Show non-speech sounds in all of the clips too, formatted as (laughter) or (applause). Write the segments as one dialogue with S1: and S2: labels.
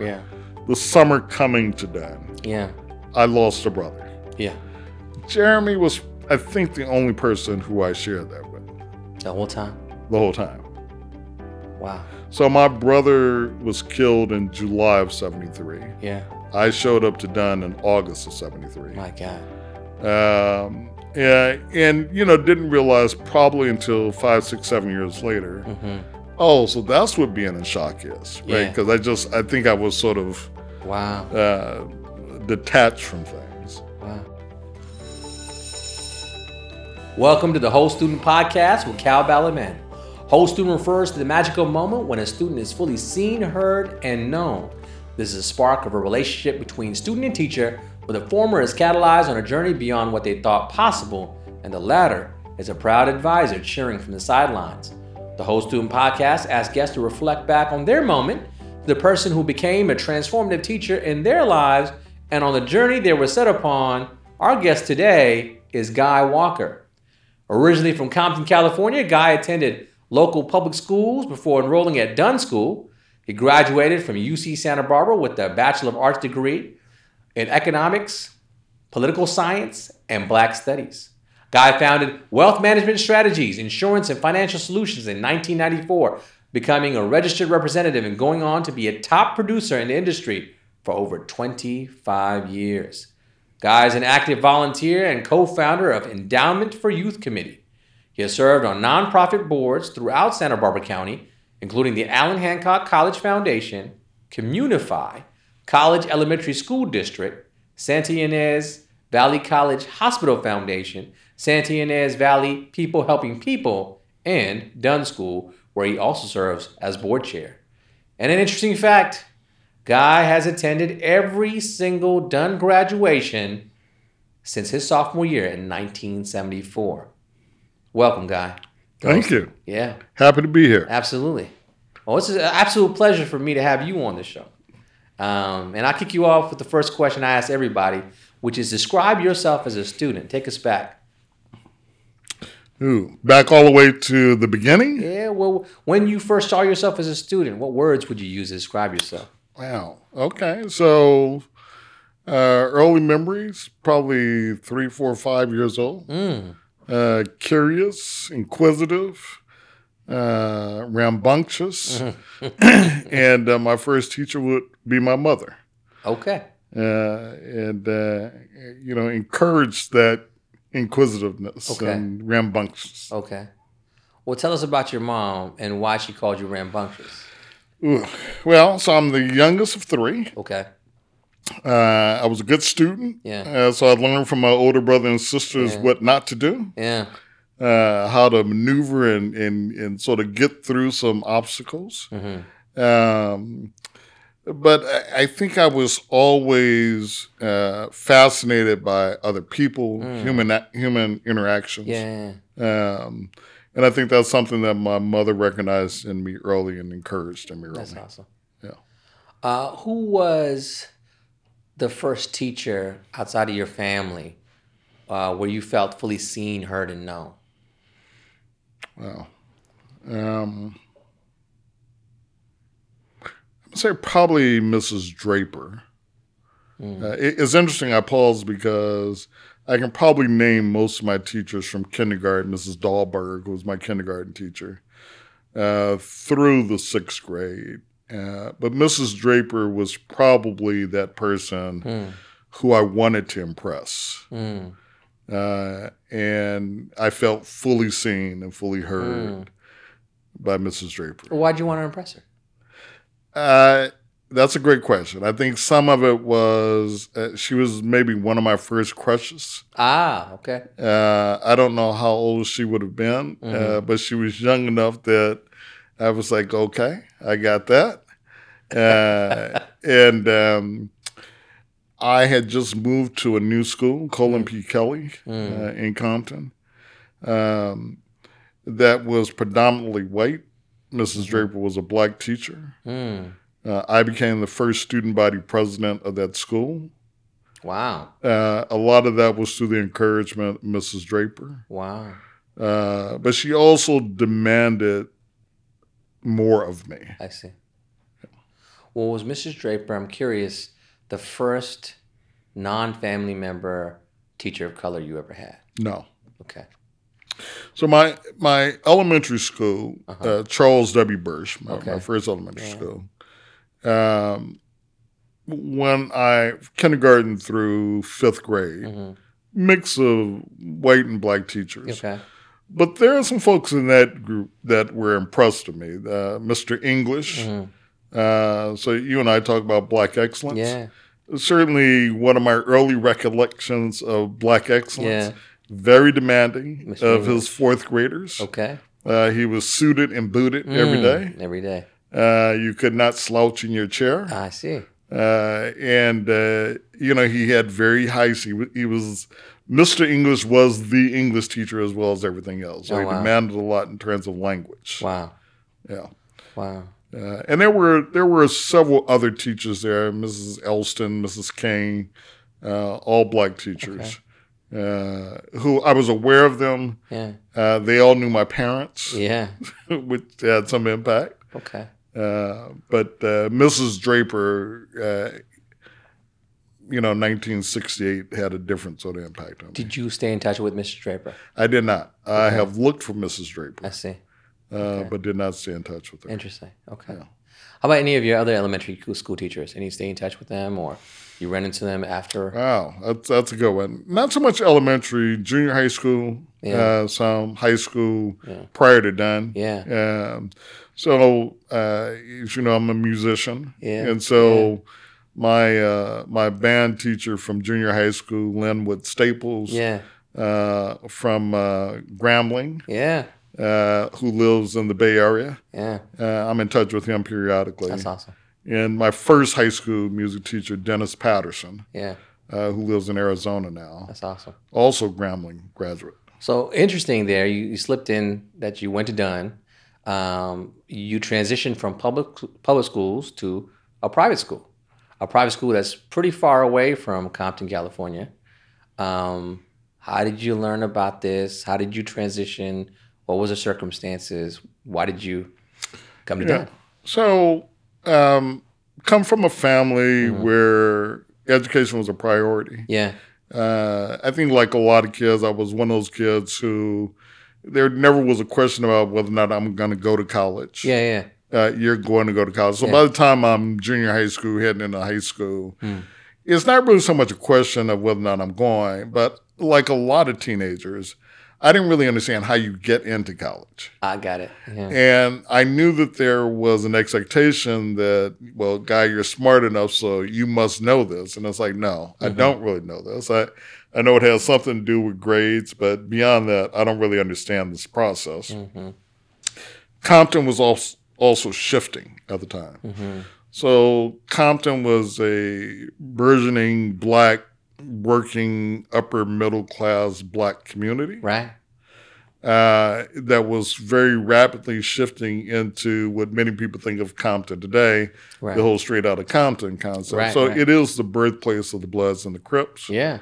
S1: Yeah.
S2: The summer coming to them,
S1: Yeah.
S2: I lost a brother.
S1: Yeah.
S2: Jeremy was, I think, the only person who I shared that with
S1: The whole time.
S2: the whole time.
S1: Wow.
S2: So my brother was killed in July of 73.
S1: Yeah.
S2: I showed up to Dunn in August of 73.
S1: My God.
S2: Um, and, and, you know, didn't realize probably until five, six, seven years later.
S1: Mm-hmm.
S2: Oh, so that's what being in shock is, right?
S1: Yeah.
S2: Because I just, I think I was sort of
S1: Wow.
S2: uh, detached from things.
S1: Wow. Welcome to the Whole Student Podcast with Cal Ballerman. Whole Student refers to the magical moment when a student is fully seen, heard, and known. This is a spark of a relationship between student and teacher, where the former is catalyzed on a journey beyond what they thought possible, and the latter is a proud advisor cheering from the sidelines. The Whole Student Podcast asks guests to reflect back on their moment the person who became a transformative teacher in their lives and on the journey they were set upon, our guest today is Guy Walker. Originally from Compton, California, Guy attended local public schools before enrolling at Dunn School. He graduated from UC Santa Barbara with a Bachelor of Arts degree in economics, political science, and black studies. Guy founded Wealth Management Strategies, Insurance, and Financial Solutions in 1994, becoming a registered representative and going on to be a top producer in the industry for over 25 years. Guy is an active volunteer and co founder of Endowment for Youth Committee. He has served on nonprofit boards throughout Santa Barbara County, including the Allen Hancock College Foundation, Communify, College Elementary School District, Santa Ynez Valley College Hospital Foundation, Santa Ynez Valley People Helping People, and Dunn School, where he also serves as board chair. And an interesting fact Guy has attended every single Dunn graduation since his sophomore year in 1974. Welcome, Guy.
S2: Thank you.
S1: Yeah,
S2: Happy to be here.
S1: absolutely. Well, it's an absolute pleasure for me to have you on this show. Um, and I'll kick you off with the first question I ask everybody, which is describe yourself as a student. Take us back.
S2: Ooh, back all the way to the beginning.
S1: Yeah, well, when you first saw yourself as a student, what words would you use to describe yourself?
S2: Wow. Okay. So uh, early memories, probably three, four, five years old.
S1: Mm,
S2: Uh, curious, inquisitive, uh, rambunctious.
S1: Mm-hmm.
S2: (laughs) and uh, my first teacher would be my mother.
S1: okay.
S2: Uh, and, uh, you know, encouraged that inquisitiveness
S1: Okay.
S2: and rambunctious.
S1: Okay. Well, tell us about your mom and why she called you rambunctious.
S2: Ooh. Well, so I'm the youngest of three.
S1: Okay.
S2: Uh, I was a good student.
S1: Yeah.
S2: Uh, so I learned from my older brother and sisters
S1: Yeah.
S2: what not to do,
S1: Yeah.
S2: uh, how to maneuver and, and, and sort of get through some obstacles.
S1: hmm
S2: Um, but I, I think I was always uh, fascinated by other people,
S1: Mm.
S2: human human interactions.
S1: Yeah.
S2: Um, and I think that's something that my mother recognized in me early and encouraged in me early.
S1: That's awesome.
S2: Yeah.
S1: Uh, who was the first teacher outside of your family uh, where you felt fully seen, heard, and known?
S2: Wow. Um, I would say probably Mrs. Draper.
S1: Mm.
S2: Uh, it- it's interesting. I paused because I can probably name most of my teachers from kindergarten. Mrs. Dahlberg who was my kindergarten teacher uh, through the sixth grade. Uh, but Mrs. Draper was probably that person
S1: Mm,
S2: who I wanted to impress.
S1: mm,
S2: Uh, and I felt fully seen and fully heard
S1: mm.
S2: by Mrs. Draper?
S1: Why'd you want to impress her?
S2: Uh, that's a great question. I think some of it was uh, she was maybe one of my first crushes.
S1: Ah, okay.
S2: Uh, I don't know how old she would have been, uh,
S1: Mhm.
S2: but she was young enough that I was like, okay, I got that. Uh, and um, I had just moved to a new school, Colin P. Kelly
S1: Mm,
S2: uh, in Compton, um, that was predominantly white. Mrs. Draper was a black teacher.
S1: mm.
S2: Uh, I became the first student body president of that school.
S1: Wow.
S2: Uh, a lot of that was through the encouragement of Mrs. Draper.
S1: Wow.
S2: Uh, but she also demanded more of me.
S1: I see. Well, was Mrs. Draper, I'm curious, the first non family member teacher of color you ever had?
S2: No.
S1: Okay.
S2: So my my elementary school, uh Charles W. Burch, my,
S1: Uh-huh. Okay.
S2: my first elementary
S1: Yeah.
S2: school. Um, when I kindergarten through fifth grade,
S1: Mhm.
S2: mix of white and black teachers.
S1: Okay.
S2: But there are some folks in that group that were impressed with me. Uh, Mr. English.
S1: Mhm.
S2: Uh, so you and I talk about black excellence.
S1: Yeah.
S2: Certainly, one of my early recollections of black excellence.
S1: Yeah.
S2: Very demanding
S1: Mr.
S2: of
S1: English.
S2: his fourth graders.
S1: Okay.
S2: Uh, he was suited and booted every
S1: Mm,
S2: day.
S1: Every day.
S2: Uh, you could not slouch in your chair.
S1: Ah, I see.
S2: Uh, and, uh, you know, he had very high, he, wa- he was, Mr. English was the English teacher as well as everything else. So
S1: Oh,
S2: he
S1: wow.
S2: demanded a lot in terms of language.
S1: Wow.
S2: Yeah.
S1: Wow.
S2: Uh, and there were there were several other teachers there, Mrs. Elston, Mrs. Kane, uh, all black teachers, uh, who I was aware of them.
S1: Yeah.
S2: Uh, they all knew my parents,
S1: Yeah.
S2: (laughs) which had some impact.
S1: Okay.
S2: Uh, but uh, Mrs. Draper, uh, you know, 1968 had a different sort of impact on me.
S1: Did you stay in touch with Mrs. Draper?
S2: I did not. I
S1: Okay.
S2: have looked for Mrs.
S1: I
S2: Draper,
S1: see.
S2: uh,
S1: okay.
S2: but did not stay in touch with her.
S1: Interesting. Okay.
S2: Yeah.
S1: How about any of your other elementary co- school teachers? Any stay in touch with them or you run into them after?
S2: Wow, that's that's a good one. Not so much elementary, junior high school,
S1: Yeah.
S2: uh, some high school
S1: Yeah.
S2: prior to done.
S1: Yeah.
S2: Um, so uh, as you know, I'm a musician,
S1: Yeah,
S2: and so my uh, my band teacher from junior high school, Linwood Staples,
S1: Yeah.
S2: uh, from uh, Grambling,
S1: Yeah.
S2: uh, who lives in the Bay Area.
S1: Yeah.
S2: Uh, I'm in touch with him periodically.
S1: That's awesome.
S2: And my first high school music teacher, Dennis Patterson,
S1: Yeah.
S2: uh, who lives in Arizona now
S1: That's awesome.
S2: also Grambling graduate.
S1: So interesting there. You, you slipped in that you went to Dunn. Um, you transitioned from public public schools to a private school, a private school that's pretty far away from Compton, California. Um, how did you learn about this? How did you transition? What was the circumstances? Why did you come to
S2: Yeah.
S1: Dunn?
S2: So, um, come from a family
S1: Mhm.
S2: where education was a priority.
S1: Yeah,
S2: Uh, I think, like a lot of kids, I was one of those kids who there never was a question about whether or not I'm going to go to college.
S1: yeah, yeah.
S2: Uh, you're going to go to college. So,
S1: Yeah.
S2: by the time I'm junior high school, heading into high school,
S1: Hmm.
S2: it's not really so much a question of whether or not I'm going, but like a lot of teenagers, I didn't really understand how you get into college.
S1: I got it. Yeah,
S2: And I knew that there was an expectation that, well, guy, you're smart enough, so you must know this. And it's like, no, I
S1: Mhm.
S2: don't really know this. I, I know it has something to do with grades, but beyond that, I don't really understand this process.
S1: hmm
S2: Compton was also, also shifting at the time.
S1: hmm
S2: So Compton was a burgeoning black, working, upper middle class black community
S1: right.
S2: uh, that was very rapidly shifting into what many people think of Compton today,
S1: Right.
S2: the whole straight out of Compton concept.
S1: Right,
S2: so
S1: right.
S2: it is the birthplace of the Bloods and the Crips.
S1: yeah.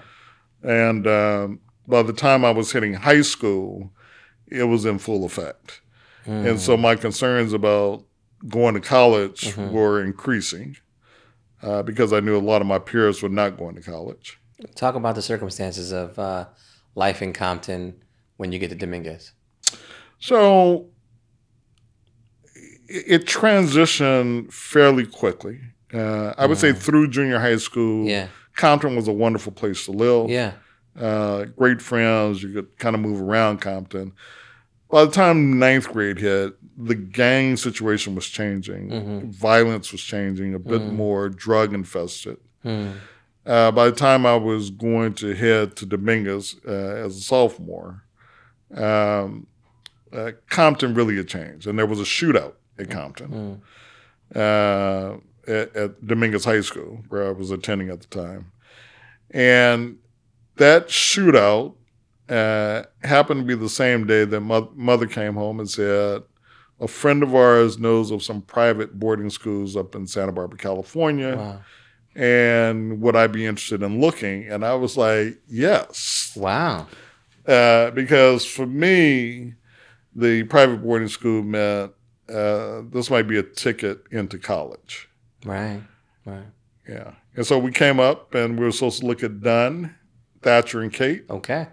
S2: And um, by the time I was hitting high school, it was in full effect.
S1: Mm-hmm.
S2: And so my concerns about going to college
S1: Mhm.
S2: were increasing uh, because I knew a lot of my peers were not going to college.
S1: Talk about the circumstances of uh, life in Compton when you get to Dominguez.
S2: So it, it transitioned fairly quickly. Uh, I would say
S1: Mhm.
S2: through junior high school,
S1: Yeah,
S2: Compton was a wonderful place to live.
S1: yeah,
S2: Uh, great friends. You could kind of move around Compton. By the time ninth grade hit, the gang situation was changing.
S1: Mhm.
S2: Violence was changing a bit
S1: Mhm.
S2: more drug infested.
S1: Hmm.
S2: Uh, by the time I was going to head to Dominguez uh, as a sophomore, um, uh, Compton really had changed, and there was a shootout at Compton
S1: Hmm.
S2: uh, at, at Dominguez High School, where I was attending at the time, and that shootout uh, happened to be the same day that mo- mother came home and said. A friend of ours knows of some private boarding schools up in Santa Barbara, California
S1: Wow,
S2: and would I be interested in looking? And I was like, yes,
S1: wow,
S2: uh, because for me, the private boarding school meant uh, this might be a ticket into college.
S1: Right. Right.
S2: Yeah. And so we came up and we were supposed to look at Dunn, Thatcher, and Kate.
S1: Okay.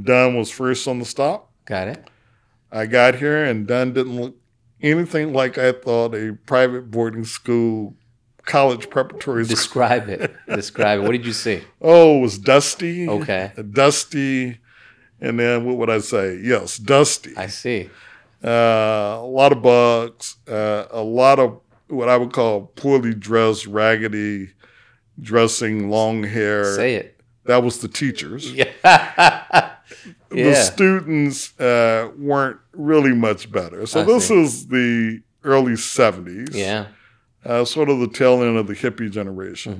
S2: Dunn was first on the stop.
S1: Got it.
S2: I got here and Dunn didn't look anything like I thought a private boarding school, college preparatory school.
S1: Describe it. Describe it. What did you see?
S2: Oh, it was dusty.
S1: Okay.
S2: Dusty. And then what would I say? Yes, dusty.
S1: I see.
S2: Uh, a lot of bugs, uh, a lot of what I would call poorly dressed, raggedy dressing, long hair.
S1: Say it.
S2: that was the teachers.
S1: (laughs) Yeah. yeah.
S2: The students uh, weren't really much better. So
S1: I
S2: this
S1: see.
S2: is the early 70s,
S1: yeah.
S2: uh, sort of the tail end of the hippie generation.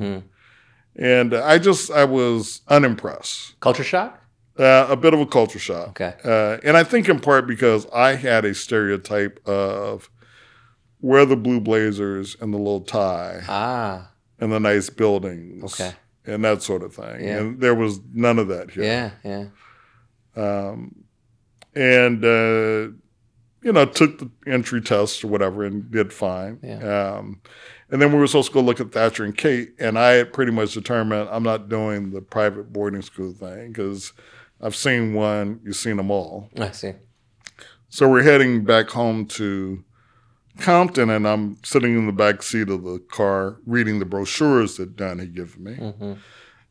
S1: hmm
S2: And I just, I was unimpressed.
S1: Culture shock?
S2: Uh, a bit of a culture shock.
S1: Okay.
S2: Uh, and I think in part because I had a stereotype of wear the blue blazers and the little tie
S1: Ah.
S2: and the nice buildings
S1: Okay.
S2: and that sort of thing.
S1: Yeah.
S2: And there was none of that here.
S1: Yeah. Yeah.
S2: Um, and, uh, you know, took the entry test or whatever and did fine. Um, and then we were supposed to go look at Thatcher and Kate. And I had pretty much determined I'm not doing the private boarding school thing because I've seen one, you've seen them all.
S1: I see.
S2: So we're heading back home to Compton, and I'm sitting in the back seat of the car reading the brochures that Don had given me.
S1: hmm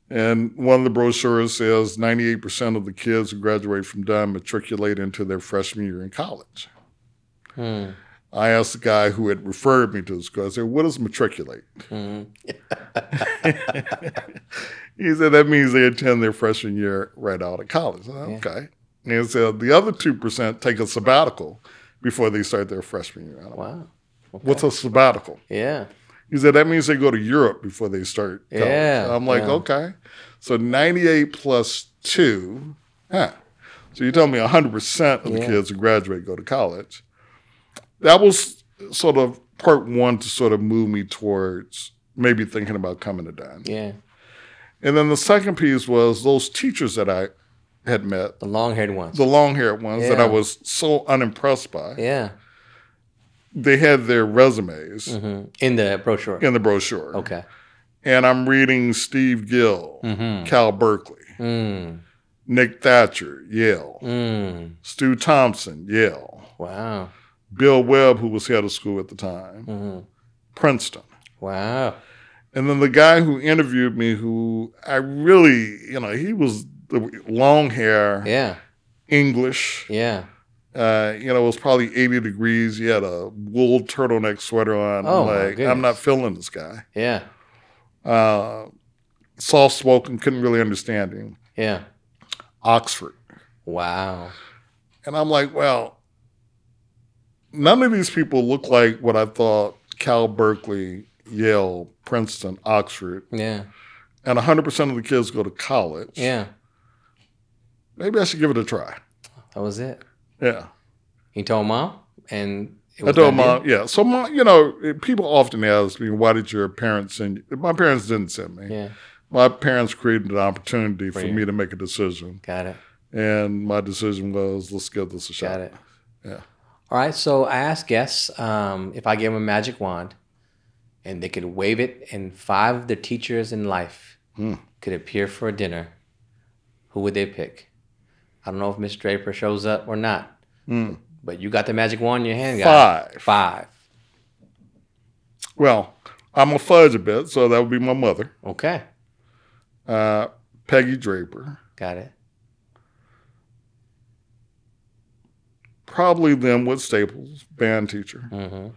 S2: And one of the brochures says 98% of the kids who graduate from Dunn matriculate into their freshman year in college.
S1: Hmm.
S2: I asked the guy who had referred me to the school, I said, What is matriculate?
S1: hmm
S2: He said, That means they attend their freshman year right out of college. I said,
S1: Yeah.
S2: okay. And he said, The other 2% take a sabbatical before they start their freshman year. I don't-
S1: Wow. Okay.
S2: What's a sabbatical?
S1: Yeah.
S2: He said that means they go to Europe before they start. college."
S1: Yeah,
S2: I'm like,
S1: yeah.
S2: okay. So 98 plus two. Huh. So you're telling me 100% of the
S1: Yeah.
S2: kids who graduate go to college. That was sort of part one to sort of move me towards maybe thinking about coming to Dunn.
S1: Yeah.
S2: And then the second piece was those teachers that I had met,
S1: The long haired ones.
S2: the long haired ones that
S1: Yeah.
S2: I was so unimpressed by.
S1: yeah.
S2: They had their resumes
S1: hmm In the brochure.
S2: in the brochure.
S1: Okay.
S2: And I'm reading Steve Gill.
S1: Mm-hmm.
S2: Cal Berkeley,
S1: Mm.
S2: Nick Thatcher, Yale,
S1: Mm.
S2: Stu Thompson, Yale,
S1: Wow.
S2: Bill Webb, who was head of school at the time,
S1: hmm
S2: Princeton.
S1: Wow.
S2: And then the guy who interviewed me, who I really, you know, he was the long hair,
S1: Yeah.
S2: English,
S1: Yeah.
S2: uh, you know, it was probably 80 degrees. He had a wool turtleneck sweater on.
S1: Oh,
S2: I'm
S1: my
S2: like,
S1: goodness.
S2: I'm not feeling this guy.
S1: Yeah.
S2: Uh, soft spoken, couldn't really understand him.
S1: Yeah.
S2: Oxford.
S1: Wow.
S2: And I'm like, well, none of these people look like what I thought Cal Berkeley, Yale, Princeton, Oxford,
S1: Yeah.
S2: and 100% of the kids go to college.
S1: Yeah.
S2: Maybe I should give it a try.
S1: That was it.
S2: Yeah.
S1: He told mom, and it
S2: I
S1: was
S2: told
S1: done
S2: mom, yeah. So, mom, you know, it- people often ask me, why did your parents send you? My parents didn't send me.
S1: deal? Yeah.
S2: My parents created an opportunity for
S1: For you.
S2: me to make a decision.
S1: Got it.
S2: And my decision was, let's give this a shot.
S1: Got it.
S2: Yeah.
S1: All right. So I asked guests um, if I gave them a magic wand and they could wave it, and five of their teachers in life
S2: Hmm.
S1: could appear for a dinner, who would they pick? I don't know if Miss Draper shows up or not,
S2: Mm.
S1: but you got the magic wand in your hand, guys.
S2: Five.
S1: Five.
S2: Well, I'm a fudge a bit, so that would be my mother.
S1: Okay.
S2: uh, Peggy Draper,
S1: Got it.
S2: probably then with Staples, band teacher.
S1: Mm-hmm.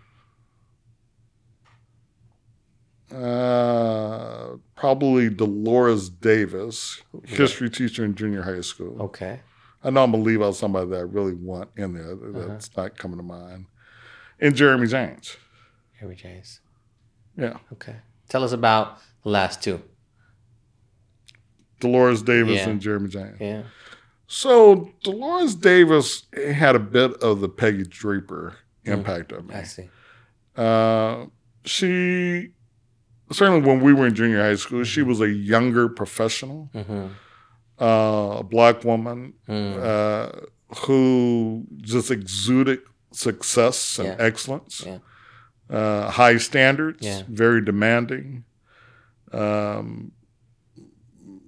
S2: Uh, probably Dolores Davis, history teacher in junior high school.
S1: Okay.
S2: I know I'm gonna leave out somebody that I really want in there
S1: Uh-huh.
S2: that's not coming to mind. And Jeremy James.
S1: Here we James.
S2: Yeah,
S1: Okay. Tell us about the last two.
S2: Dolores Davis
S1: Yeah.
S2: and Jeremy James.
S1: Yeah.
S2: So Dolores Davis had a bit of the Peggy Draper
S1: Mm.
S2: impact on me.
S1: I see.
S2: Uh, she certainly when we were in junior high school, she was a younger professional,
S1: Mm-hmm.
S2: uh, a black woman
S1: Mm.
S2: uh, who just exuded success and
S1: Yeah.
S2: excellence.
S1: Yeah.
S2: uh, high standards,
S1: Yeah.
S2: very demanding, um,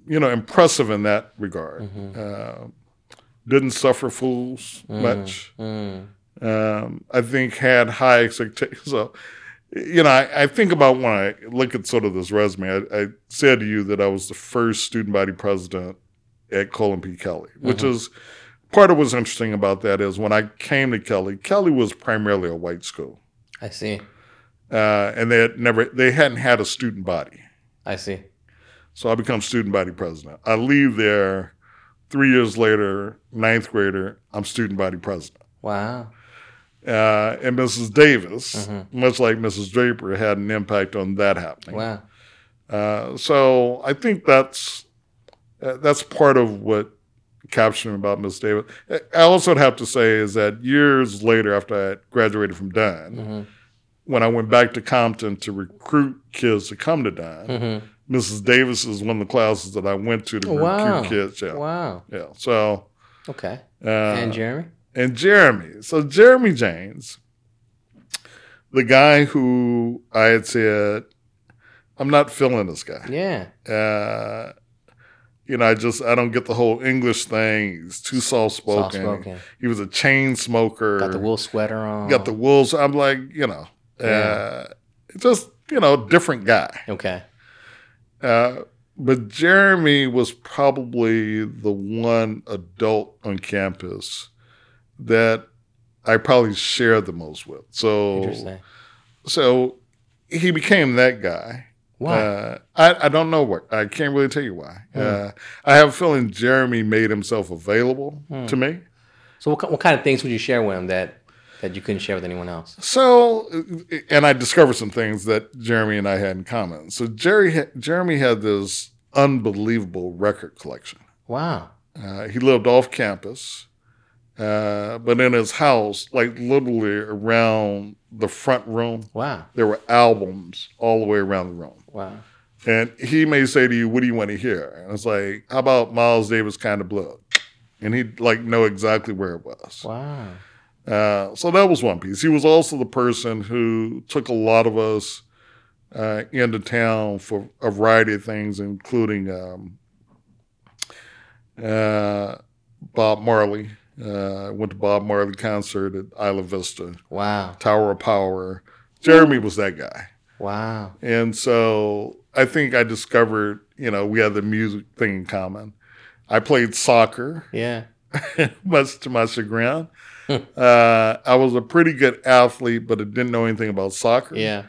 S2: you know, impressive in that regard.
S1: Mm-hmm. Hmm.
S2: Uh, didn't suffer fools much.
S1: Mm.
S2: Um, I think had high expectations. (laughs) So, you know, I, I think about when I look at sort of this resume, I, I said to you that I was the first student body president at Colin P. Kelly, which is part of what's interesting about that is when I came to Kelly, Kelly was primarily a white school
S1: I see.
S2: uh, and they had never they hadn't had a student body.
S1: I see.
S2: So I become student body president. I leave there three years later, ninth grader. I'm student body president.
S1: Wow.
S2: Uh, and Mrs. Davis,
S1: Mm-hmm.
S2: much like Mrs. Draper, had an impact on that happening.
S1: Wow.
S2: Uh, so I think that's uh, that's part of what captioned about Miss Davis. Uh, I also have to say is that years later, after I graduated from Dunn,
S1: Mhm.
S2: when I went back to Compton to recruit kids to come to Dunn,
S1: Mhm.
S2: Mrs. Davis is one of the classes that I went to to recruit
S1: Oh, Wow.
S2: kids. Yeah,
S1: Wow.
S2: yeah. So
S1: Okay.
S2: uh,
S1: and Jeremy?
S2: and Jeremy. So Jeremy James, the guy who I had said, I'm not feeling this guy.
S1: Yeah.
S2: Uh, you know, I just I don't get the whole English thing. He's too soft
S1: Soft
S2: spoken.
S1: spoken.
S2: He was a chain smoker.
S1: Got the wool sweater on.
S2: Got the wolves. I'm like, you know,
S1: Yeah.
S2: uh, just you know, different guy.
S1: Okay.
S2: Uh, but Jeremy was probably the one adult on campus that I probably shared the most with. So,
S1: Interesting.
S2: so he became that guy.
S1: Why?
S2: Uh, I, I don't know what. I can't really tell you why.
S1: Hmm.
S2: Uh, I have a feeling Jeremy made himself available
S1: Hmm.
S2: to me.
S1: so what, ki- what kind of things would you share with him that that you couldn't share with anyone else?
S2: So, and I discovered some things that Jeremy and I had in common. So, Jerry, ha- Jeremy had this unbelievable record collection.
S1: Wow.
S2: Uh, he lived off campus, uh, but in his house, like literally around the front room,
S1: Wow.
S2: there were albums all the way around the room.
S1: Wow.
S2: And he may say to you, "What do you want to hear?" And it's like, "How about Miles Davis kind of blood?" And he'd like know exactly where it was.
S1: Wow.
S2: Uh, so that was one piece. He was also the person who took a lot of us uh, into town for a variety of things, including um, uh, Bob Marley. Uh, went to Bob Marley concert at Isla Vista,
S1: Wow.
S2: Tower of Power. Jeremy was that guy,
S1: Wow.
S2: and so I think I discovered, you know, we had the music thing in common. I played soccer
S1: Yeah.
S2: much to my chagrin.
S1: Hmm.
S2: uh, I was a pretty good athlete, but I didn't know anything about soccer.
S1: Yeah.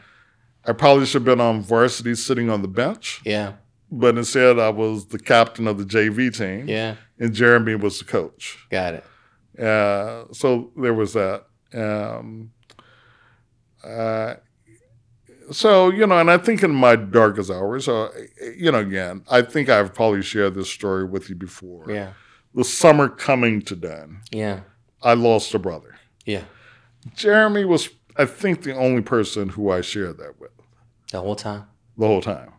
S2: I probably should have been on varsity sitting on the bench,
S1: Yeah.
S2: but instead I was the captain of the JV team,
S1: Yeah.
S2: and Jeremy was the coach.
S1: Got it.
S2: Uh, so there was that. Um, uh, so, you know, and I think in my darkest hours, uh, you know, again, I think I've probably shared this story with you before.
S1: Yeah.
S2: The summer coming to Dunn,
S1: Yeah.
S2: I lost a brother.
S1: Yeah.
S2: Jeremy was, I think, the only person who I shared that with
S1: The whole time.
S2: the whole time.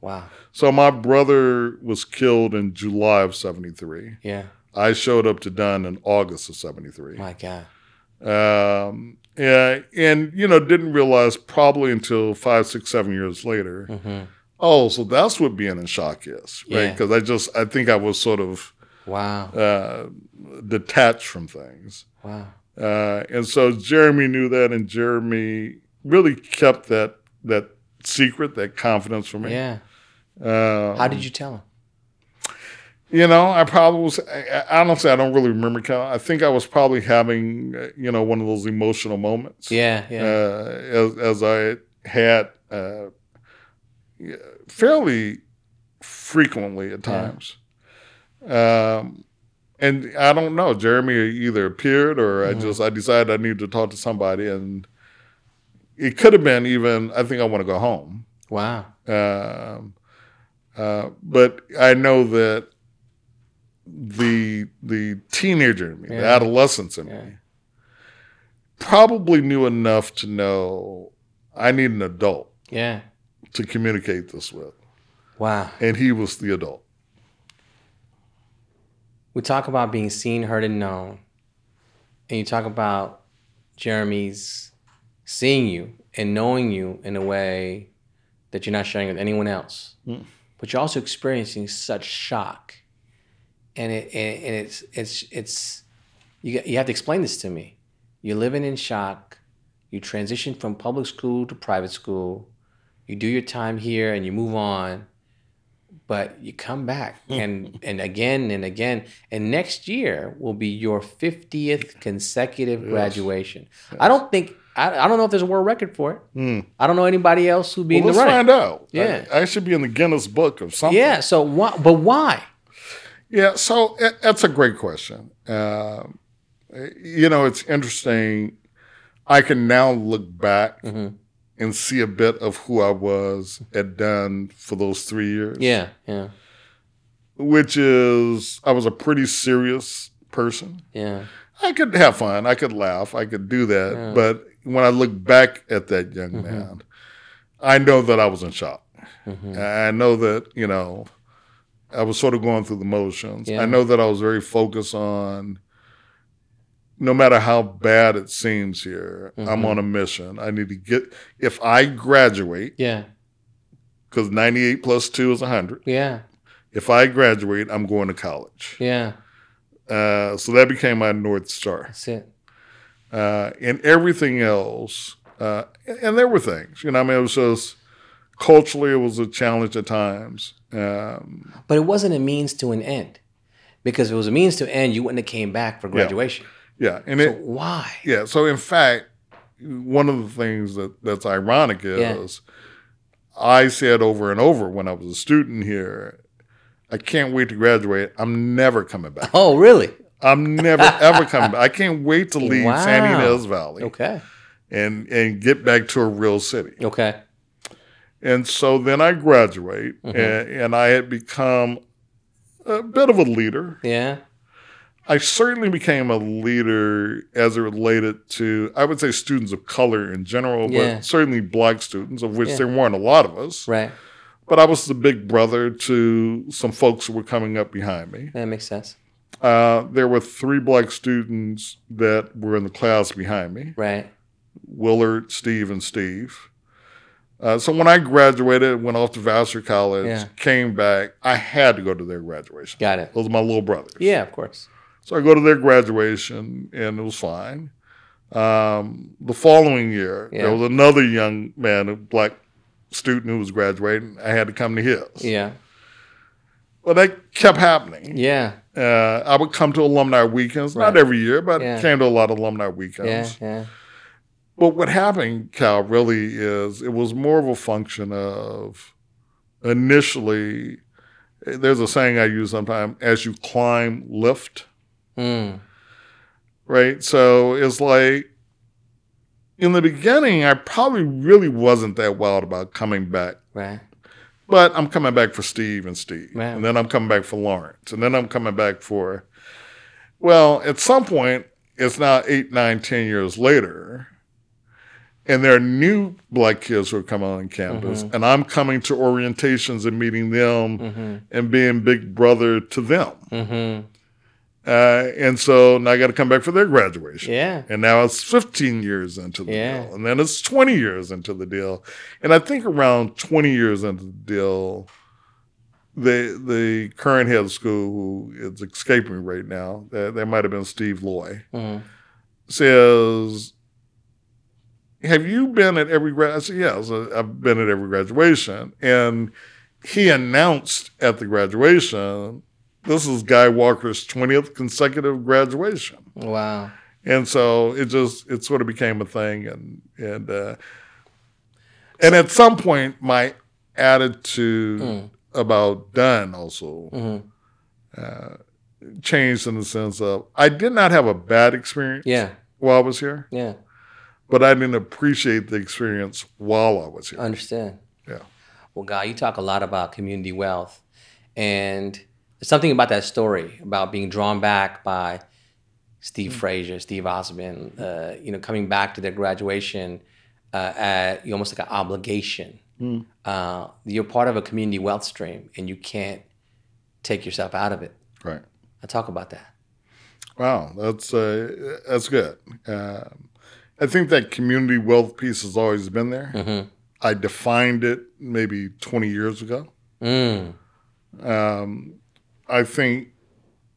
S1: Wow.
S2: So my brother was killed in July of 73.
S1: Yeah.
S2: I showed up to Dunn in August of 73.
S1: My God.
S2: Um, yeah, and, you know, didn't realize probably until five, six, seven years later.
S1: Mm-hmm.
S2: Oh, so that's what being in shock is, right?
S1: Yeah.
S2: Because I just, I think I was sort of
S1: Wow.
S2: uh, detached from things.
S1: Wow.
S2: Uh, and so Jeremy knew that, and Jeremy really kept that that secret, that confidence from me.
S1: Yeah.
S2: Uh,
S1: How did you tell him?
S2: You know, I probably was. I, I honestly, I don't really remember. Cal. I think I was probably having uh, you know one of those emotional moments.
S1: Yeah.
S2: Uh,
S1: Yeah.
S2: as as I had uh, yeah, fairly frequently at
S1: Yeah.
S2: times. Um, and I don't know. Jeremy either appeared or I
S1: Mhm.
S2: just I decided I needed to talk to somebody, and it could have been even. I think I want to go home.
S1: wow.
S2: Um, uh, but I know that the the teenager in me, the
S1: Yeah.
S2: adolescence in
S1: Yeah.
S2: me, probably knew enough to know I need an adult
S1: Yeah.
S2: to communicate this with,
S1: Wow.
S2: and he was the adult.
S1: We talk about being seen, heard, and known. And you talk about Jeremy's seeing you and knowing you in a way that you're not sharing with anyone else.
S2: Mm.
S1: But you're also experiencing such shock, and it and, and it's it's it's you you have to explain this to me. You're living in shock. You transition from public school to private school. You do your time here and you move on, but you
S2: (laughs)
S1: come back and and again and again. And next year will be your 50th consecutive
S2: Yes.
S1: graduation. I don't think I, I don't know if there's a world record for it. I don't know anybody else who'd be
S2: Hmm. Well,
S1: in
S2: let's
S1: the running.
S2: find out.
S1: Yeah.
S2: I, I should be in the Guinness Book of something.
S1: Yeah. So why? But why?
S2: Yeah, so it, that's a great question. Um, you know, it's interesting. I can now look back
S1: Mhm.
S2: and see a bit of who I was at Dunn for those three years.
S1: Yeah. Yeah.
S2: Which is, I was a pretty serious person.
S1: Yeah.
S2: I could have fun. I could laugh. I could do that.
S1: Yeah.
S2: But when I look back at that young
S1: Mhm.
S2: man, I know that I was in shock.
S1: hmm
S2: I know that, you know, I was sort of going through the motions.
S1: Yeah.
S2: I know that I was very focused on no matter how bad it seems here, I'm
S1: Mhm.
S2: on a mission. I need to get, if I graduate,
S1: Yeah.
S2: because 98 plus two is 100,
S1: Yeah.
S2: if I graduate, I'm going to college.
S1: Yeah.
S2: Uh, so that became my North Star.
S1: That's it.
S2: uh, and everything else. Uh, and, and there were things, you know, I mean, it was just culturally, it was a challenge at times. Um,
S1: But it wasn't a means to an end, because if it was a means to an end, you wouldn't have came back for graduation.
S2: yeah. And
S1: So
S2: it,
S1: why?
S2: yeah. So, in fact, one of the things that, that's ironic
S1: Yeah.
S2: is I said over and over when I was a student here, I can't wait to graduate. I'm never coming back.
S1: Oh, really?
S2: I'm never ever coming back. I can't wait to leave San
S1: Wow.
S2: Ynez Valley
S1: Okay.
S2: and and get back to a real city.
S1: Okay.
S2: And so then I graduate,
S1: Mhm.
S2: a- and, I had become a bit of a leader.
S1: Yeah.
S2: I certainly became a leader as it related to, I would say, students of color in general,
S1: Yeah.
S2: but certainly black students, of which
S1: Yeah.
S2: there weren't a lot of us.
S1: Right.
S2: But I was the big brother to some folks who were coming up behind me.
S1: That makes sense.
S2: Uh, there were three black students that were in the class behind me.
S1: Right.
S2: Willard, Steve, and Steve. Uh, so when I graduated, went off to Vassar College,
S1: Yeah.
S2: came back, I had to go to their graduation.
S1: Got it.
S2: Those are my little brothers.
S1: Yeah. Of course.
S2: So I go to their graduation, and it was fine. Um, the following year,
S1: Yeah.
S2: there was another young man, a black student who was graduating. I had to come to his.
S1: Yeah.
S2: Well, that kept happening.
S1: Yeah.
S2: Uh, I would come to alumni weekends, not
S1: Right.
S2: every year, but
S1: Yeah.
S2: came to a lot of alumni weekends.
S1: Yeah. Yeah.
S2: But what happened, Cal, really is it was more of a function of initially, there's a saying I use sometimes as you climb, lift,
S1: Mm.
S2: right? So it's like in the beginning, I probably really wasn't that wild about coming back.
S1: Right.
S2: But I'm coming back for Steve and Steve.
S1: Right.
S2: And then I'm coming back for Lawrence. And then I'm coming back for, well, at some point, it's now eight, nine, ten years later. And there are new black kids who are coming on campus.
S1: Mhm.
S2: And I'm coming to orientations and meeting them
S1: Mm-hmm.
S2: and being big brother to them.
S1: Mm-hmm.
S2: Uh, and so now I got to come back for their graduation.
S1: Yeah.
S2: And now it's 15 years into the
S1: Yeah.
S2: deal. And then it's 20 years into the deal. And I think around 20 years into the deal, the the current head of school, who is escaping me right now, that, that might have been Steve Loy,
S1: Mm.
S2: says, Have you been at every grad? I said, Yeah, I said, I've been at every graduation. And he announced at the graduation, this is Guy Walker's 20th consecutive graduation
S1: Wow.
S2: and so it just it sort of became a thing and and uh and at some point my attitude
S1: Mm.
S2: about done also
S1: hmm
S2: uh, changed in the sense of i did not have a bad experience
S1: Yeah.
S2: while i was here
S1: Yeah.
S2: but i didn't appreciate the experience while i was here
S1: Uh, Understand.
S2: Yeah.
S1: Well, Guy, you talk a lot about community wealth, and there's something about that story about being drawn back by Steve
S2: Mm.
S1: Frazier, Steve Osmond, uh, you know, coming back to their graduation uh, at you almost like an obligation.
S2: Mm.
S1: Uh, you're part of a community wealth stream, and you can't take yourself out of it.
S2: right
S1: I talk about that.
S2: wow that's uh that's good um I think that community wealth piece has always been there.
S1: Mm-hmm.
S2: I defined it maybe 20 years ago.
S1: Mm.
S2: Um, I think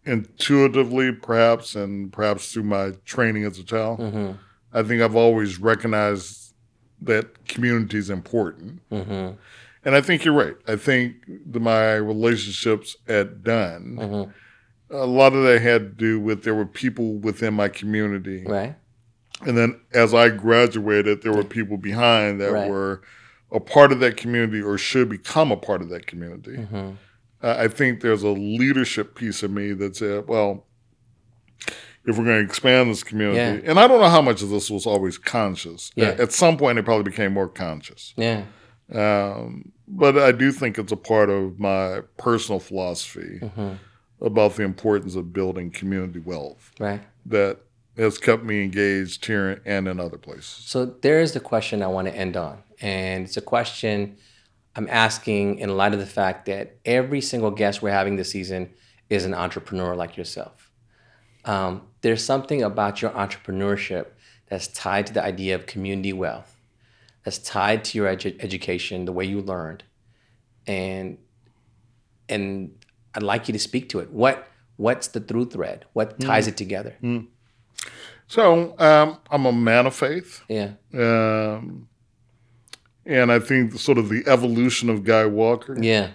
S2: intuitively, perhaps, and perhaps through my training as a child,
S1: Mm-hmm.
S2: I think I've always recognized that community is important.
S1: Mm-hmm.
S2: And I think you're right. I think that my relationships at Dunn,
S1: Mm-hmm.
S2: a lot of that had to do with there were people within my community.
S1: Right.
S2: And then as I graduated, there were people behind that
S1: Right.
S2: were a part of that community or should become a part of that community.
S1: Mm-hmm.
S2: I I think there's a leadership piece of me that said, well, if we're going to expand this community, and I don't know how much of this was always conscious.
S1: Yeah.
S2: At- At some point, it probably became more conscious.
S1: Yeah.
S2: Um, but I do think it's a part of my personal philosophy
S1: Mm-hmm.
S2: about the importance of building community wealth
S1: Right.
S2: that has kept me engaged here and in other places.
S1: So there is the question I want to end on. And it's a question I'm asking in light of the fact that every single guest we're having this season is an entrepreneur like yourself. Um, there's something about your entrepreneurship that's tied to the idea of community wealth, that's tied to your edu- education, the way you learned. And and I'd like you to speak to it. What what's the through thread? What ties it together?
S2: So um, I'm a man of faith.
S1: Yeah.
S2: Um, and I think sort of the evolution of Guy Walker.
S1: Yeah.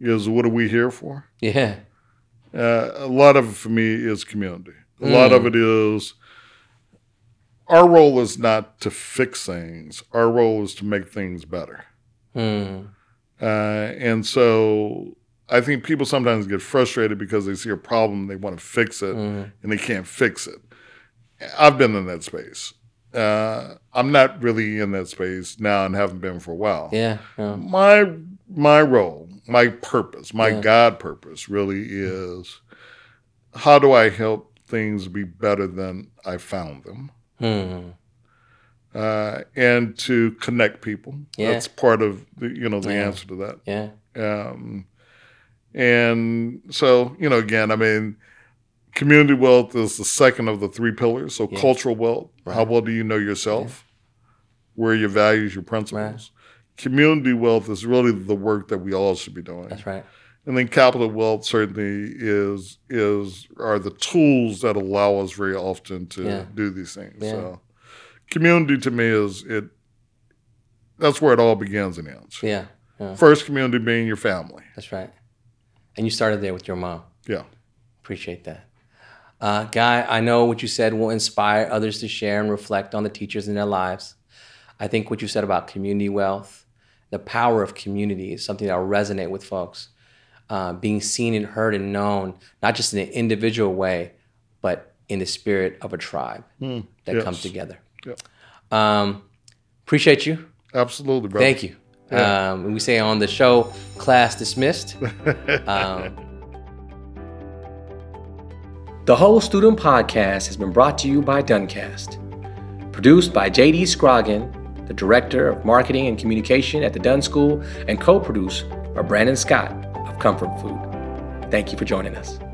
S2: is what are we here for?
S1: Yeah.
S2: Uh, a lot of it for me is community. A
S1: Mm.
S2: lot of it is our role is not to fix things, our role is to make things better.
S1: Mm.
S2: Uh, and so I think people sometimes get frustrated because they see a problem, they want to fix it,
S1: Mm.
S2: and they can't fix it. I've been in that space. Uh, I'm not really in that space now and haven't been for a while
S1: Yeah. um, Yeah.
S2: my my role my purpose my
S1: Yeah.
S2: god purpose really is how do i help things be better than i found them
S1: Hmm.
S2: uh, and to connect people
S1: Yeah.
S2: that's part of the you know the
S1: Yeah.
S2: answer to
S1: Yeah.
S2: that um, and so you know again i mean community wealth is the second of the three pillars so
S1: Yeah.
S2: cultural wealth how
S1: Right.
S2: well do you know yourself where are your values your principles community wealth is really the work that we all should be doing
S1: That's right.
S2: And then capital wealth certainly is is are the tools that allow us very often to
S1: Yeah.
S2: do these things.
S1: Yeah.
S2: So community to me is it that's where it all begins and ends.
S1: Yeah.
S2: First community being your family.
S1: That's right. And you started there with your mom.
S2: Yeah.
S1: Appreciate that. Uh, Guy, I know what you said will inspire others to share and reflect on the teachers in their lives. I think what you said about community wealth, the power of community is something that will resonate with folks. Uh, being seen and heard and known, not just in an individual way, but in the spirit of a tribe
S2: Hmm.
S1: that
S2: Yes.
S1: comes together.
S2: Yep.
S1: Um, appreciate you.
S2: Absolutely, brother.
S1: Thank you.
S2: Yeah.
S1: Um, we say on the show, class
S2: (laughs)
S1: dismissed. Um, the Whole Student Podcast has been brought to you by Duncast. Produced by JD Scroggin, the Director of Marketing and Communication at the Dunn School, and co produced by Brandon Scott of Comfort Food. Thank you for joining us.